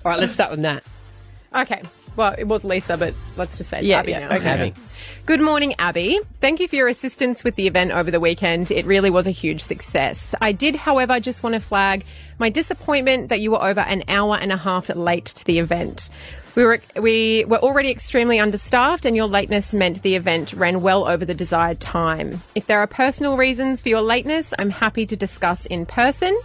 All right, let's start with Nat. Okay. Well, it was Lisa, but let's just say it's Yeah, Abby yeah, now. okay. Abby. Good morning, Abby. Thank you for your assistance with the event over the weekend. It really was a huge success. I did, however, just want to flag my disappointment that you were over an hour and a half late to the event. We were, we were already extremely understaffed, and your lateness meant the event ran well over the desired time. If there are personal reasons for your lateness, I'm happy to discuss in person.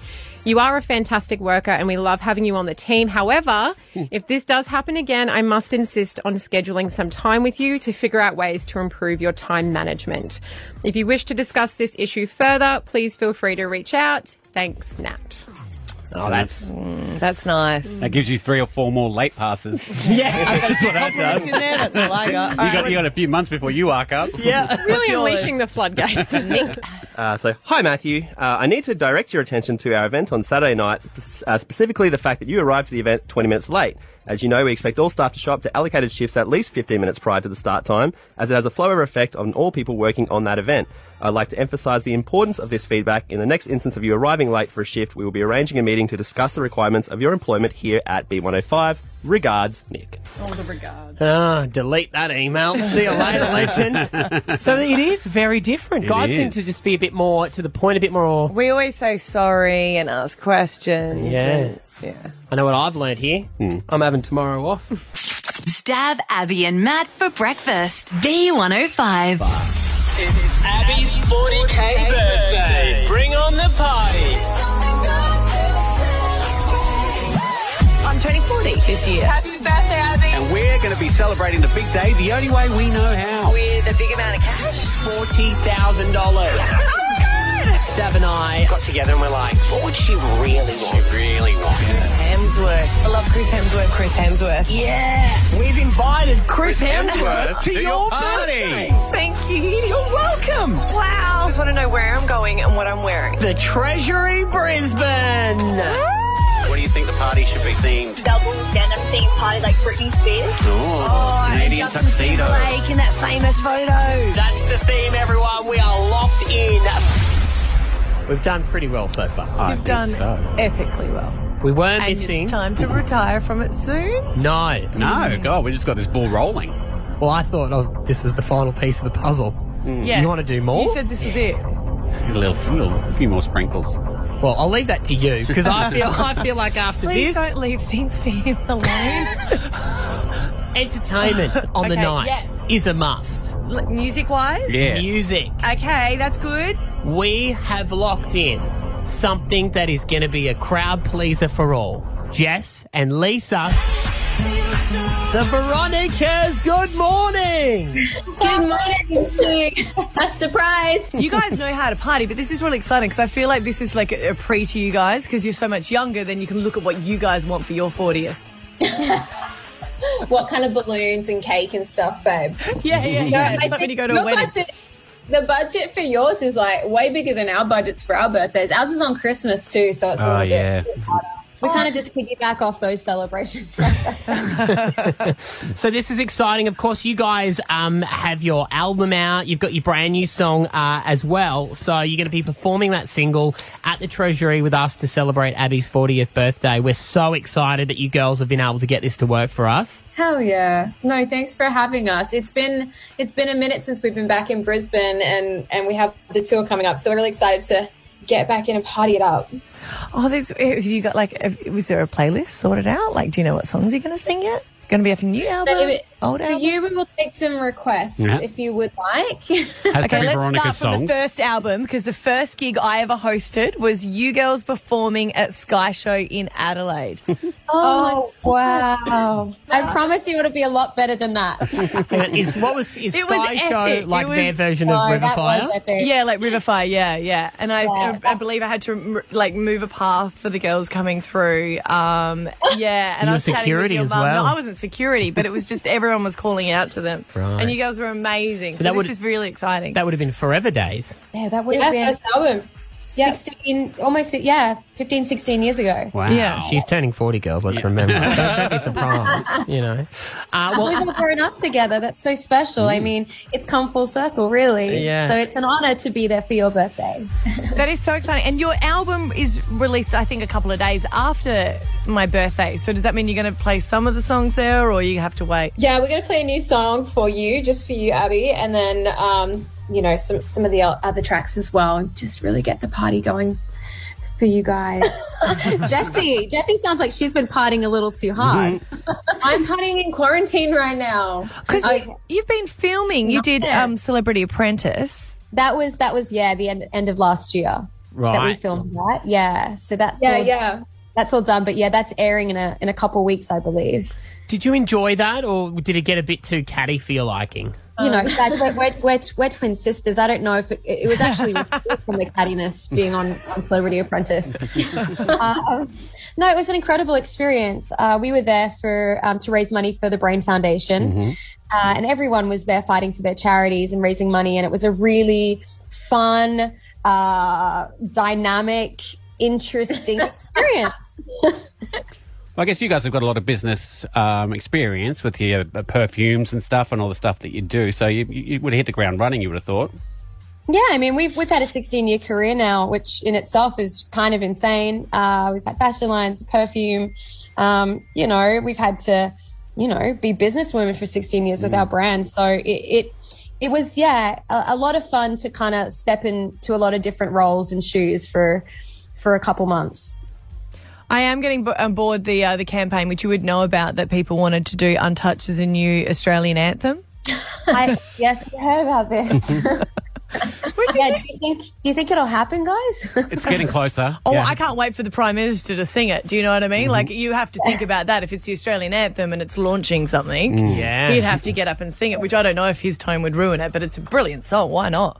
You are a fantastic worker and we love having you on the team. However, if this does happen again, I must insist on scheduling some time with you to figure out ways to improve your time management. If you wish to discuss this issue further, please feel free to reach out. Thanks, Nat. Oh, that's that's nice. That gives you three or four more late passes. Yeah. that's what that does. in there. That's all I got. All you right, got you got a few months before you arc up. Really unleashing the floodgates. Nick. Uh, so, hi, Matthew. Uh, I need to direct your attention to our event on Saturday night, uh, specifically the fact that you arrived to the event 20 minutes late. As you know, we expect all staff to show up to allocated shifts at least 15 minutes prior to the start time, as it has a flow-over effect on all people working on that event. I'd like to emphasize the importance of this feedback. In the next instance of you arriving late for a shift, we will be arranging a meeting to discuss the requirements of your employment here at B105. Regards, Nick. All the regards. Ah, delete that email. See you later, legends. So it is very different. It Guys seem is. to just be a bit more to the point, a bit more. We always say sorry and ask questions. Yeah. and- yeah. I know what I've learned here. Hmm. I'm having tomorrow off. Stab Abby and Matt for breakfast. B105. It's Abby's 40k birthday. Bring on the party. I'm turning 40 this year. Happy birthday, Abby. And we're going to be celebrating the big day the only way we know Oh how. With a big amount of cash. $40,000. Stav and I got together and we're like, what would she really want? She really wants. Hemsworth. I love Chris Hemsworth. Chris Hemsworth. Yeah. We've invited Chris Hemsworth to your party. party. Thank you. You're welcome. Wow. Just want to know where I'm going and what I'm wearing. The Treasury Brisbane. What do you think the party should be themed? Double denim theme party like Britney Spears. Oh, Canadian tuxedo. in that famous photo. That's the theme, everyone. We are locked in. We've done pretty well so far. You've done epically well. We weren't and missing. it's time to retire from it soon. No. No, God, we just got this ball rolling. Well, I thought oh, this was the final piece of the puzzle. You want to do more? Mm. You said this was it. A little, little, few more sprinkles. well, I'll leave that to you because I feel I feel like after Please this don't leave things to him alone. entertainment on the Okay, night yes. is a must. Music wise? Music. Okay, that's good. We have locked in something that is going to be a crowd pleaser for all. Jess and Lisa. The Veronicas, good morning! Good morning. A surprise. You guys know how to party, but this is really exciting because I feel like this is like a, a pre to you guys because you're so much younger. Then you can look at what you guys want for your 40th. what kind of balloons and cake and stuff, babe? Yeah, yeah, yeah. It's like when you go to a your wedding. Budget, the budget for yours is like way bigger than our budgets for our birthdays. Ours is on Christmas too, so Oh, Ah, it's a little bit. We Oh. kind of just piggyback off those celebrations. So this is exciting. Of course, you guys um, have your album out. You've got your brand new song uh, as well. So you're going to be performing that single at the Treasury with us to celebrate Abby's 40th birthday. We're so excited that you girls have been able to get this to work for us. Hell yeah! No, thanks for having us. It's been it's been a minute since we've been back in Brisbane, and and we have the tour coming up, so we're really excited to get back in and party it up. Oh, that's, have you got like, have, was there a playlist sorted out? Like, do you know what songs you're going to sing yet? Going to be after new album? So it- old for album? you, we will take some requests Yeah. if you would like. okay, let's start from the first album because the first gig I ever hosted was you girls performing at Sky Show in Adelaide. Oh, wow! I promise you it'll be a lot better than that. is what was is It was Sky Show epic. like It was- their version No, of Oh, that was Riverfire? epic. Yeah, like Riverfire. Yeah, yeah. And I, Yeah. I, I believe I had to rem- like move a path for the girls coming through. Um, yeah, and You I were was chatting with security your as mum. well. No, I wasn't security, but it was just everyone was calling out to them, Right. and you girls were amazing. So So, that this would- is really exciting. That would have been Forever Days. Yeah, that would have been first album. 16, almost, yeah, 15, 16 years ago. she's turning 40, girls. Let's remember. Don't, don't be surprised. You know. Uh, And well, Mm. we've all grown up together. That's so special. I mean, it's come full circle, really. Yeah. So it's an honor to be there for your birthday. that is so exciting. And your album is released, I think, a couple of days after my birthday. So does that mean you're going to play some of the songs there, or you have to wait? Yeah, we're going to play a new song for you, just for you, Abby, and then um, you know some some of the o- other tracks as well, and just really get the party going for you guys. Jessie, Jessie sounds like she's been partying a little too hard. Mm-hmm. I'm partying in quarantine right now Because you, have been filming. You did um, Celebrity Apprentice. That was that was yeah the end end of last year that we Right. filmed that. Yeah, so that's Yeah, all, yeah. that's all done. But yeah, that's airing in a in a couple weeks, I believe. did you enjoy that, or did it get a bit too catty for your liking? you Oh. know, guys, we're, we're, we're, we're twin sisters. I don't know if it, it was actually from the cattiness being on, on Celebrity Apprentice. um, no, it was an incredible experience. Uh, we were there for um, to raise money for the Brain Foundation, Mm-hmm. uh, and everyone was there fighting for their charities and raising money. And it was a really fun, uh, dynamic, interesting experience. Well, I guess you guys have got a lot of business um, experience with your uh, perfumes and stuff and all the stuff that you do. So you, you you would have hit the ground running, you would have thought. Yeah, I mean, we've we've had a 16 year career now, which in itself is kind of insane. Uh, we've had fashion lines, perfume. Um, you know, we've had to, you know, be businesswomen for 16 years with our brand. So it it, it was yeah a, a lot of fun to kind of step into a lot of different roles and shoes for for a couple months. I am getting b- on board the uh, the campaign, which you would know about, that people wanted to do "Untouched" as a new Australian anthem. I, yes, we heard about this. yeah, do you think do you think it'll happen, guys? It's getting closer. Oh, Yeah. Mm-hmm. I can't wait for the Prime Minister to sing it. Do you know what I mean? Like, you have to think about that. If it's the Australian anthem and it's launching something, Mm. Yeah. he'd have to get up and sing it, which I don't know if his tone would ruin it, but it's a brilliant song. Why not?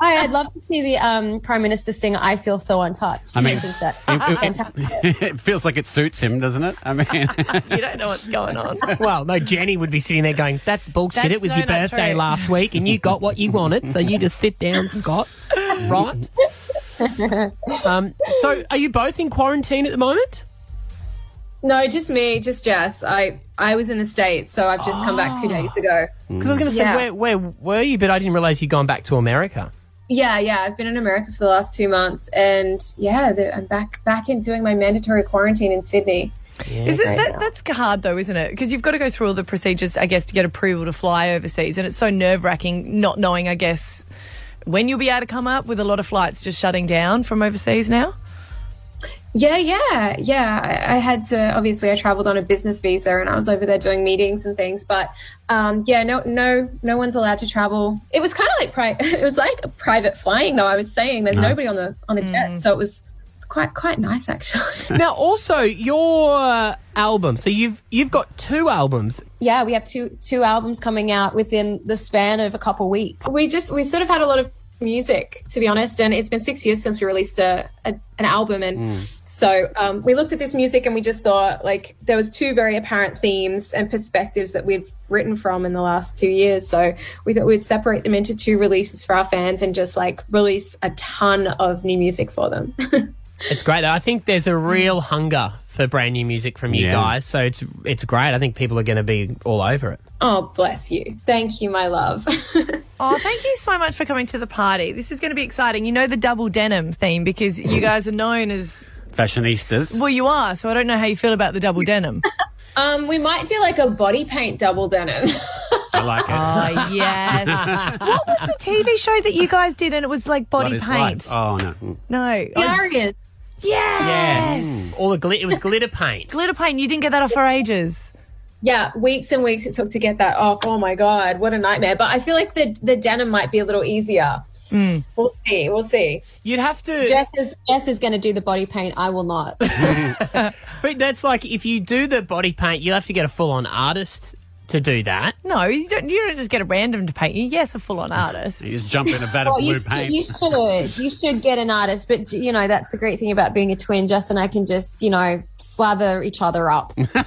I, would love to see the um, Prime Minister sing I Feel So Untouched. I mean, think that it, fantastic. it- it feels like it suits him, doesn't it? I mean, you don't know what's going on. well, no, Jenny would be sitting there going, "That's bullshit. That's it was so your not birthday true." last week, and you got what you wanted. So you just sit down, Scott. Right? um, so, are you both in quarantine at the moment? No, just me, just Jess. I I was in the states, so I've just come back two days ago. Because Ah. Mm. I was going to say, yeah. where, where were you? But I didn't realize you'd gone back to America. yeah, yeah. I've been in America for the last two months, and yeah, the, I'm back back in doing my mandatory quarantine in Sydney. Is it, Right that, now. that's hard though, isn't it? Because you've got to go through all the procedures, I guess, to get approval to fly overseas, and it's so nerve wracking not knowing, I guess, when you'll be able to come up with a lot of flights just shutting down from overseas now. Yeah, yeah, yeah. I, I had to obviously I traveled on a business visa and I was over there doing meetings and things, but um, yeah, no, no, no one's allowed to travel. It was kind of like pri- it was like a private flying though. I was saying there's Ah. nobody on the on the jet, so it was it's quite quite nice actually. now, also your uh, album. So you've you've got two albums. Yeah, we have two two albums coming out within the span of a couple weeks. We just we sort of had a lot of music to be honest, and it's been six years since we released a, a an album and. Mm. So um, we looked at this music and we just thought like there was two very apparent themes and perspectives that we've written from in the last two years. So we thought we'd separate them into two releases for our fans and just like release a ton of new music for them. It's great. though. I think there's a real hunger for brand new music from you Yeah. guys. So it's it's great. I think people are going to be all over it. oh, bless you. Thank you, my love. Oh, thank you so much for coming to the party. This is going to be exciting. You know the double denim theme because you guys are known as fashionistas. well you are. So I don't know how you feel about the double denim. um, we might do like a body paint double denim. I like it. Oh, yes. what was the TV show that you guys did and it was like What body is paint? life? Oh no. No, Furious. Yes. All the glitter. It was glitter paint. Glitter paint. You didn't get that off for ages. Yeah, weeks and weeks it took to get that off. Oh my god, what a nightmare! But I feel like the the denim might be a little easier. We'll see. We'll see. You'd have to. Jess is, Jess is going to do the body paint. I will not. But that's like if you do the body paint, you'll have to get a full on artist to do that. No, you don't. You don't just get a random to paint you. Yes, a full-on artist. You just jump in a vat Well, you, should, you should you should get an artist, but you know that's the great thing about being a twin. Jess and I can just you know slather each other up. Oh,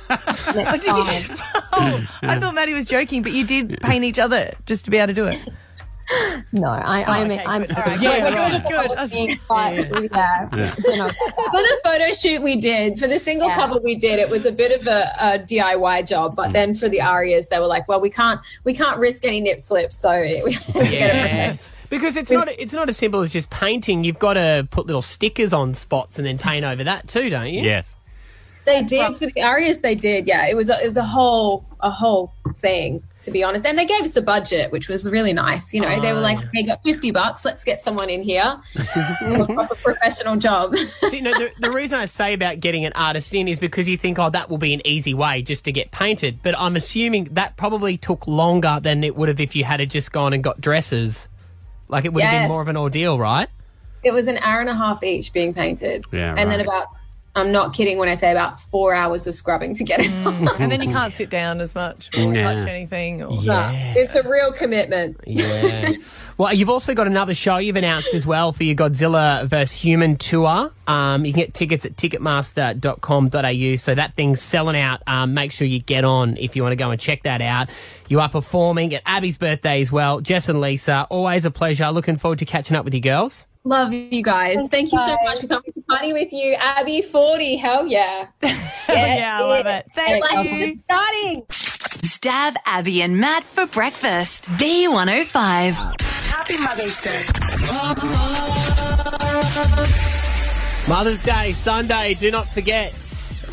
did you just- oh, I thought Maddie was joking, but you did paint each other just to be able to do it. Oh, No, I, I'm, I'm, Yeah, we're right. doing Good, a couple of things, but we, yeah, don't know. For the photo shoot we did, for the single cover we did, it was a bit of a, a DIY job. But then for the arias, they were like, "Well, we can't we can't risk any nip slips, so we have to get it right." Yes. Because it's not it's not as simple as just painting. You've got to put little stickers on spots and then paint over that too, don't you? Yes. They did for the arias. They did, yeah. It was a, it was a whole a whole thing to be honest. And they gave us a budget, which was really nice. You know, they were Ah. like, "They got fifty bucks. Let's get someone in here, do a proper professional job." See, no, the, the reason I say about getting an artist in is because you think, oh, that will be an easy way just to get painted. But I'm assuming that probably took longer than it would have if you had just gone and got dresses. Like it would have Yes. been more of an ordeal, right? It was an hour and a half each being painted. Yeah, And then right. about, I'm not kidding when I say about four hours of scrubbing to get it Mm. off. And then you can't sit down as much or Yeah. touch anything. Or... Yeah. It's a real commitment. Yeah. well, you've also got another show you've announced as well for your Godzilla vs. Human tour. Um, you can get tickets at ticketmaster.com.au. So that thing's selling out. Um, make sure you get on if you want to go and check that out. You are performing at Abby's birthday as well. Jess and Lisa, always a pleasure. Looking forward to catching up with you girls. Love you guys. Thank you so much for coming to party with you. Abby 40. Hell yeah. yeah, I love it. Thank you. Starting. Stab Abby and Matt for breakfast. B105. Happy Mother's Day. Mother's Day, Sunday. Do not forget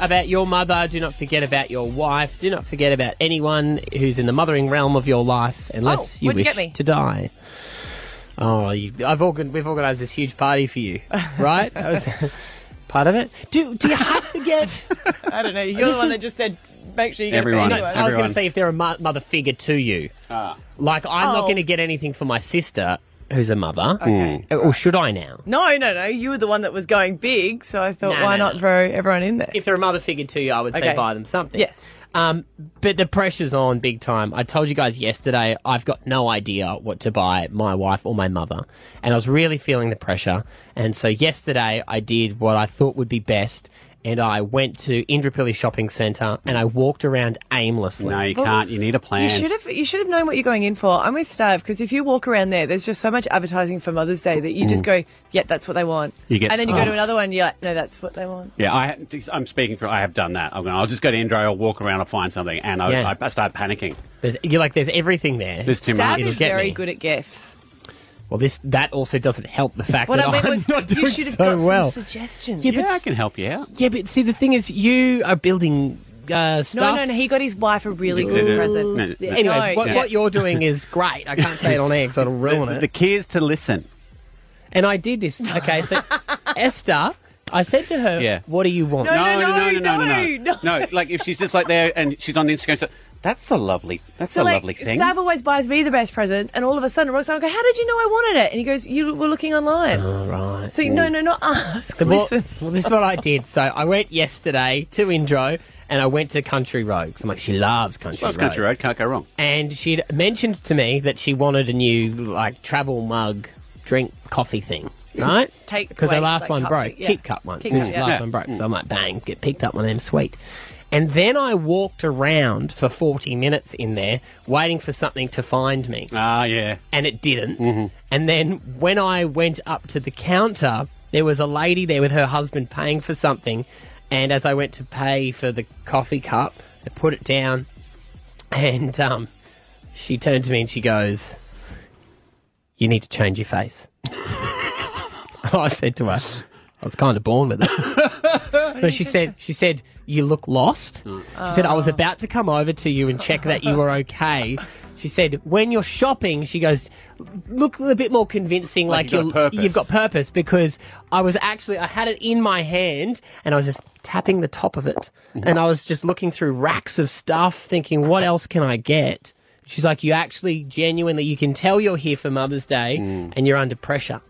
about your mother. Do not forget about your wife. Do not forget about anyone who's in the mothering realm of your life, unless Oh, you what'd wish you get me? to die. Oh, you, I've organ, we've organised this huge party for you, right? That was part of it. Do do you have to get? I don't know. You're This the one is- that just said, make sure you get No, a I was going to say if they're a mo- mother figure to you. Like I'm Oh. not going to get anything for my sister, who's a mother. Okay. Or should I now? No, no, no. You were the one that was going big, so I thought, No, why no, not throw everyone in there? If they're a mother figure to you, I would say Okay. buy them something. Yes. Um, but the pressure's on big time. I told you guys yesterday, I've got no idea what to buy my wife or my mother. And I was really feeling the pressure. And so yesterday, I did what I thought would be best. And I went to Indrapilli Shopping Centre and I walked around aimlessly. No, you can't. You need a plan. You should have you should have known what you're going in for. I'm with Stav because if you walk around there, there's just so much advertising for Mother's Day that you just Mm. go, yeah, that's what they want. You get and then you go to stumped. another one, you're like, no, that's what they want. Yeah, I, I'm speaking for. I have done that. I'm going. I'll just go to Indra. I'll walk around. I'll find something, and I, Yeah. I, I start panicking. There's, you're like, there's everything there. There's too Stav much. is very good at gifts. Well, this that also doesn't help the fact What that I meant I'm was not doing you should have so got well. some suggestions. Yeah, but Yeah, I can help you out. Yeah, but see, the thing is, you are building uh, no, stuff. no, no. He got his wife a really No, good no, no. present. No, no. Anyway, No, what, yeah. what you're doing is great. I can't say it on air because it'll ruin The, it. the key is to listen. And I did this. Okay, so Esther, I said to her, Yeah. "What do you want?" no, no, no, no, no. Like if she's just like there and she's on Instagram, so that's a lovely, that's So a like, lovely thing. Stav always buys me the best presents, and all of a sudden, Roxanne will go, "How did you know I wanted it?" And he goes, "You were looking online." right. So no, no, not ask. So what, listen. well, this is what I did. So I went yesterday to Indro and I went to Country Road 'cause I'm like, she loves Country She loves Road. Country Road, can't go wrong. And she'd mentioned to me that she wanted a new like travel mug, drink, coffee thing, right? Take because away, her last like, one coffee, broke. yeah. Keep cut one. Keep cut, yeah. Last Yeah. one broke. So Mm. I'm like, bang, get picked up one of them. Sweet. And then I walked around for 40 minutes in there waiting for something to find me. Ah, yeah. Mm-hmm. And it didn't. And then when I went up to the counter, there was a lady there with her husband paying for something. And as I went to pay for the coffee cup, I put it down. And um, she turned to me and she goes, You need to change your face. I said to her, I was kind of born with it. no, she said, she said, you look lost. She said, I was about to come over to you and check that you were okay. She said, when you're shopping, she goes, look a bit more convincing, like, Like you've got you're, purpose. you've got purpose, because I was actually, I had it in my hand and I was just tapping the top of it. And I was just looking through racks of stuff, thinking, what else can I get? She's like, you actually genuinely, you can tell you're here for Mother's Day Mm. and you're under pressure.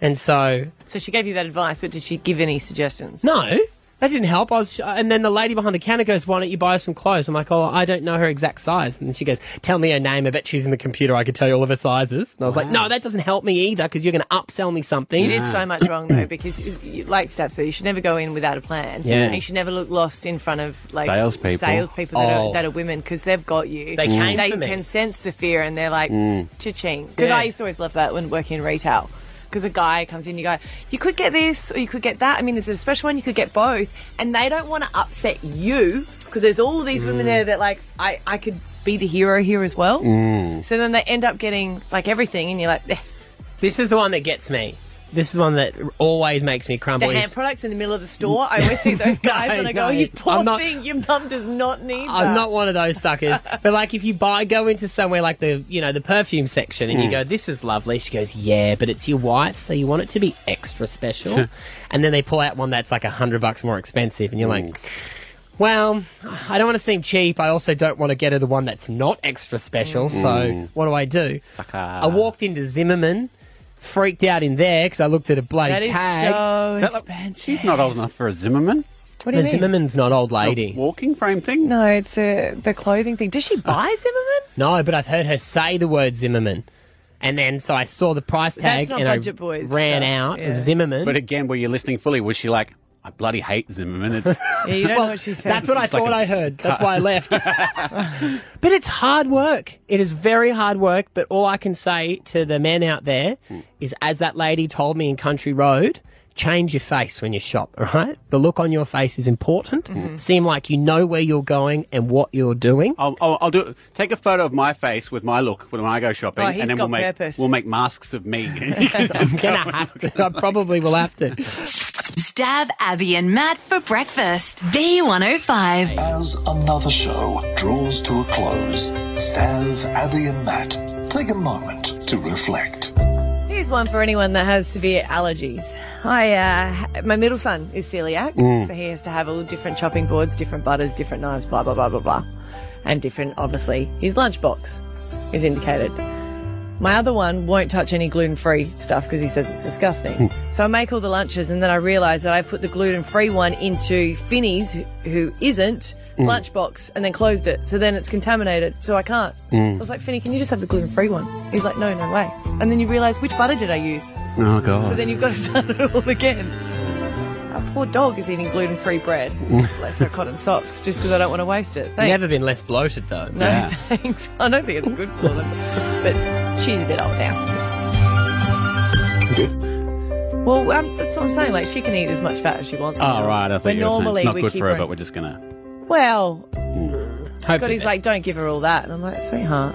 And so So she gave you that advice, but did she give any suggestions? no, that didn't help. I was, and then the lady behind the counter goes, "Why don't you buy her some clothes?" I'm like, "Oh, I don't know her exact size." And she goes, "Tell me her name. I bet she's in the computer. I could tell you all of her sizes." And I was like, "No, that doesn't help me either because you're going to upsell me something." You did so much wrong though, because you- you- like Stav said, you should never go in without a plan. Yeah. and you should never look lost in front of like Salespeople. salespeople that, Oh. are, that are women because they've got you. They came They for me. can sense the fear, and they're like, Mm. cha-ching. Because Yeah. I used to always love that when working in retail. Because a guy comes in, you go, you could get this or you could get that. I mean, is it a special one? You could get both, and they don't want to upset you because there's all these women Mm. there that like, I I could be the hero here as well. Mm. So then they end up getting like everything, and you're like. "Eh." This is the one that gets me. This is one that always makes me the crumble. hand is- products in the middle of the store. I always see those guys and I go, No, "You poor I'm not- thing, your mum does not need that." I'm not one of those suckers. but like, if you buy, go into somewhere like the, you know, the perfume section, and you Mm. go, "This is lovely." She goes, "Yeah, but it's your wife, so you want it to be extra special." and then they pull out one that's like a hundred bucks more expensive, and you're like, "Well, I don't want to seem cheap. I also don't want to get her the one that's not extra special. So Mm. what do I do?" I walked into Zimmerman. Freaked out in there because I looked at a bloody That is tag. so Is that like- She's not old enough for a Zimmerman. What do you No, mean? Zimmerman's not old lady. walking frame thing? No, it's a, the clothing thing. Does she buy Zimmerman? No, but I've heard her say the word Zimmerman. And then so I saw the price tag That's not and I Budget Boys ran stuff, out yeah. of Zimmerman. But again, were you listening fully? Was she like, I bloody hate Zimmerman? It's you don't Well, know what she says. That's what I It's like thought a I heard. That's cut. why I left. but it's hard work. It is very hard work. But all I can say to the men out there is, as that lady told me in Country Road, change your face when you shop, all right? The look on your face is important. Mm-hmm. Seem like you know where you're going and what you're doing. I'll, I'll, I'll do. Take a photo of my face with my look when I go shopping, Oh, he's and then we'll got make purpose. we'll make masks of me. I'm gonna have to. I probably will have to. Stab Abby and Matt for breakfast. B105. As another show draws to a close, Stav, Abby, and Matt take a moment to reflect. Here's one for anyone that has severe allergies. I, uh, ha- my middle son is celiac, Mm. so he has to have all different chopping boards, different butters, different knives, blah blah blah blah blah, and different. Obviously, his lunchbox is indicated. My other one won't touch any gluten-free stuff because he says it's disgusting. so I make all the lunches, and then I realise that I put the gluten-free one into Finney's, who- who isn't, Mm. lunchbox and then closed it. So then it's contaminated. So I can't. Mm. So I was like, Finny, can you just have the gluten free one? He's like, no, no way. And then you realise which butter did I use? Oh, God. So then you've got to start it all again. Our poor dog is eating gluten free bread. Mm. Bless her cotton socks, just because I don't want to waste it. Thanks. Never been less bloated though. No, thanks. I don't think it's good for them. But she's a bit old now. Well, um, that's what I'm saying. Like, she can eat as much fat as she wants. Oh, right. I But thought you were saying normally it's not we good keep for her, her- but we're just going to Well, Scotty's that's- like, don't give her all that. And I'm like, sweetheart,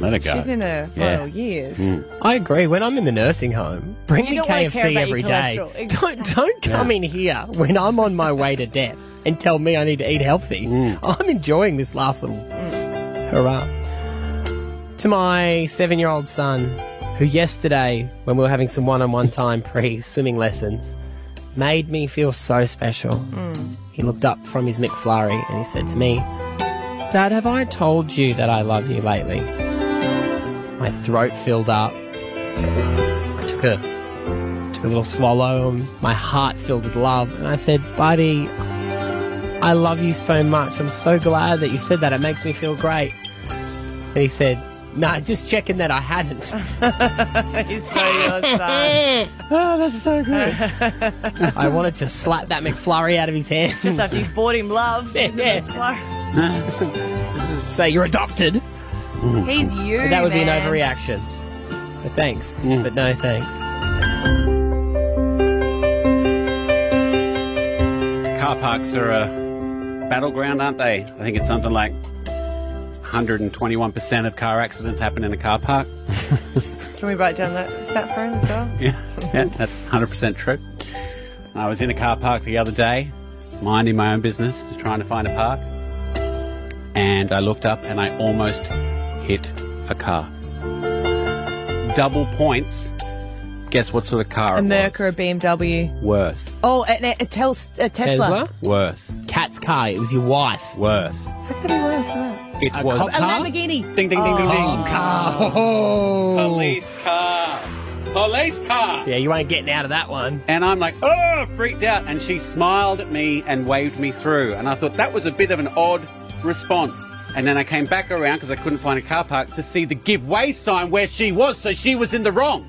let it she's in her final years. I agree. When I'm in the nursing home, bring You me don't wanna care KFC about every your day. cholesterol. Don't don't come in here when I'm on my way to death and tell me I need to eat healthy. I'm enjoying this last little Hmm. hurrah. To my seven year old son, who yesterday, when we were having some one on one time pre swimming lessons, made me feel so special. Hmm. He looked up from his McFlurry and he said to me, Dad, have I told you that I love you lately? My throat filled up. I took a took a little swallow and my heart filled with love and I said, Buddy, I love you so much. I'm so glad that you said that. It makes me feel great. And he said, Nah, just checking that I hadn't. He's so your son. oh, that's so good. I wanted to slap that McFlurry out of his hand. Just after you've bought him love. yeah. Say you're adopted. He's you, But that would be an man. overreaction. So thanks, Hmm. but no thanks. Car parks are a battleground, aren't they? I think it's something like 121% of car accidents happen in a car park. Can we write down that stat for him as well? Yeah, yeah that's 100% true. I was in a car park the other day, minding my own business, just trying to find a park. And I looked up and I almost hit a car. Double points. Guess what sort of car A it was? Merc or a BMW. Worse. Oh, and a, a, tel- a Tesla. Worse. Cat's car. It was your wife. Worse. How could it be worse than that? It A was cop A Lamborghini. Ding, ding, ding, ding, ding. Oh. Police car. Police car. Yeah, you ain't getting out of that one. And I'm like, oh, freaked out. And she smiled at me and waved me through. And I thought that was a bit of an odd response. And then I came back around because I couldn't find a car park to see the give way sign where she was. So she was in the wrong.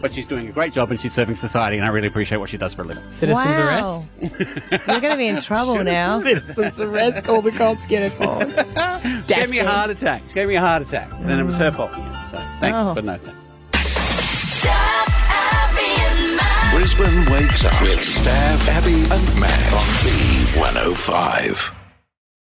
But she's doing a great job and she's serving society. And I really appreciate what she does for a living. Citizen's wow. You're going to be in trouble now. Citizen's arrest. All the cops get involved. She gave me a heart attack. She gave me a heart attack. And then it was her fault. So thanks, Oh. but no thanks. Brisbane wakes up with Stav, Abby, and Matt on B105.